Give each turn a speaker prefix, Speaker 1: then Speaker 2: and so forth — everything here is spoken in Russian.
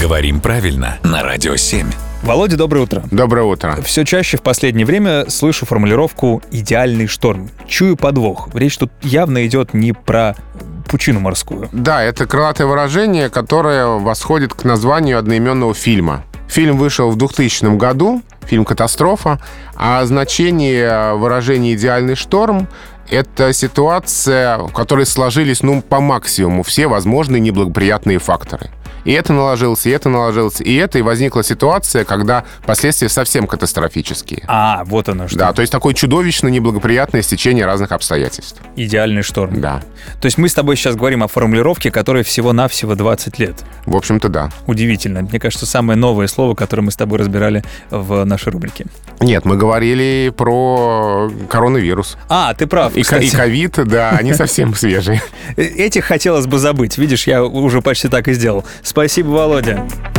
Speaker 1: Говорим правильно на Радио 7.
Speaker 2: Володя, доброе утро.
Speaker 3: Доброе утро.
Speaker 2: Все чаще в последнее время слышу формулировку «идеальный шторм». Чую подвох. Речь тут явно идет не про пучину морскую.
Speaker 3: Да, это крылатое выражение, которое восходит к названию одноименного фильма. Фильм вышел в 2000 году, фильм «Катастрофа», а значение выражения «идеальный шторм» это ситуация, в которой сложились, ну, по максимуму все возможные неблагоприятные факторы. И это наложилось, и это наложилось, и это, и возникла ситуация, когда последствия совсем катастрофические.
Speaker 2: А, вот оно что.
Speaker 3: Да, то есть такое чудовищно неблагоприятное стечение разных обстоятельств.
Speaker 2: Идеальный шторм.
Speaker 3: Да.
Speaker 2: То есть мы с тобой сейчас говорим о формулировке, которой всего-навсего 20 лет.
Speaker 3: В общем-то, да.
Speaker 2: Удивительно. Мне кажется, самое новое слово, которое мы с тобой разбирали в нашей рубрике.
Speaker 3: Нет, мы говорили про коронавирус.
Speaker 2: А, ты прав.
Speaker 3: И ко-
Speaker 2: кстати. Э,
Speaker 3: и ковид, да, они совсем свежие.
Speaker 2: Этих хотелось бы забыть. Видишь, я уже почти так и сделал. Спасибо, Володя.